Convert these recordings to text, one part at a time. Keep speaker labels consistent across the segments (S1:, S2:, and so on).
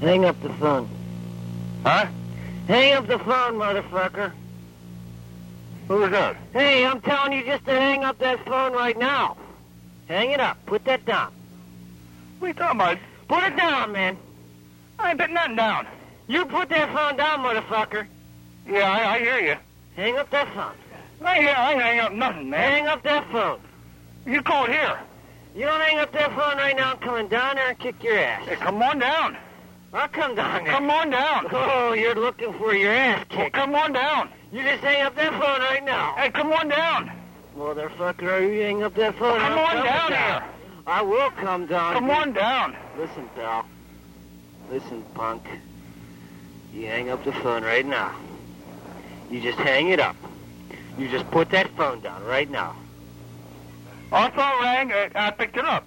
S1: Hang up the phone.
S2: Huh?
S1: Hang up the phone, motherfucker.
S2: Who was that?
S1: Hey, I'm telling you just to hang up that phone right now. Hang it up. Put that down.
S2: What are you talking about?
S1: Put it down, man.
S2: I ain't putting nothing down.
S1: You put that phone down, motherfucker.
S2: Yeah, I, I hear you.
S1: Hang up that phone.
S2: I hear. I ain't hang up nothing, man.
S1: Hang up that phone.
S2: You called here.
S1: You don't hang up that phone right now, I'm coming down there and kick your ass.
S2: Hey, come on down.
S1: I'll come down there.
S2: Come on down.
S1: Oh, you're looking for your ass
S2: Well,
S1: kicked.
S2: come on down.
S1: You just hang up that phone right now.
S2: Hey, come on down.
S1: Motherfucker, you hang up that phone.
S2: Come
S1: I'm
S2: on
S1: coming
S2: down here.
S1: I will come down.
S2: Come on down.
S1: Listen, pal. Listen, punk. You hang up the phone right now. You just hang it up. You just put that phone down right now.
S2: I saw it rang. uh, I picked it up.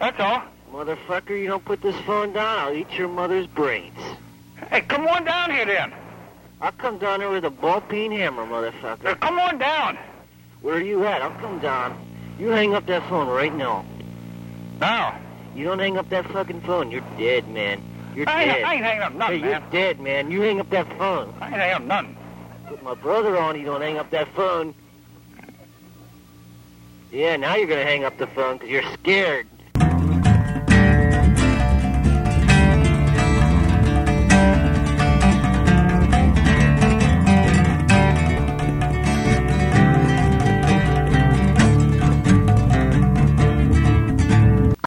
S2: That's all.
S1: Motherfucker, you don't put this phone down, I'll eat your mother's brains.
S2: Hey, come on down here then.
S1: I'll come down here with a ball peen hammer,
S2: Uh,
S1: motherfucker.
S2: come on down.
S1: Where are you at? I'll come down. You hang up that phone right now.
S2: Now.
S1: You don't hang up that fucking phone. You're dead, man. You're
S2: I,
S1: dead.
S2: ain't- I ain't hanging up
S1: hey,
S2: nothing, man.
S1: you're dead, man. You hang up that phone.
S2: I ain't hanging up nothing.
S1: Put my brother on, you don't hang up that phone. Yeah, now you're gonna hang up the phone 'cause you're scared.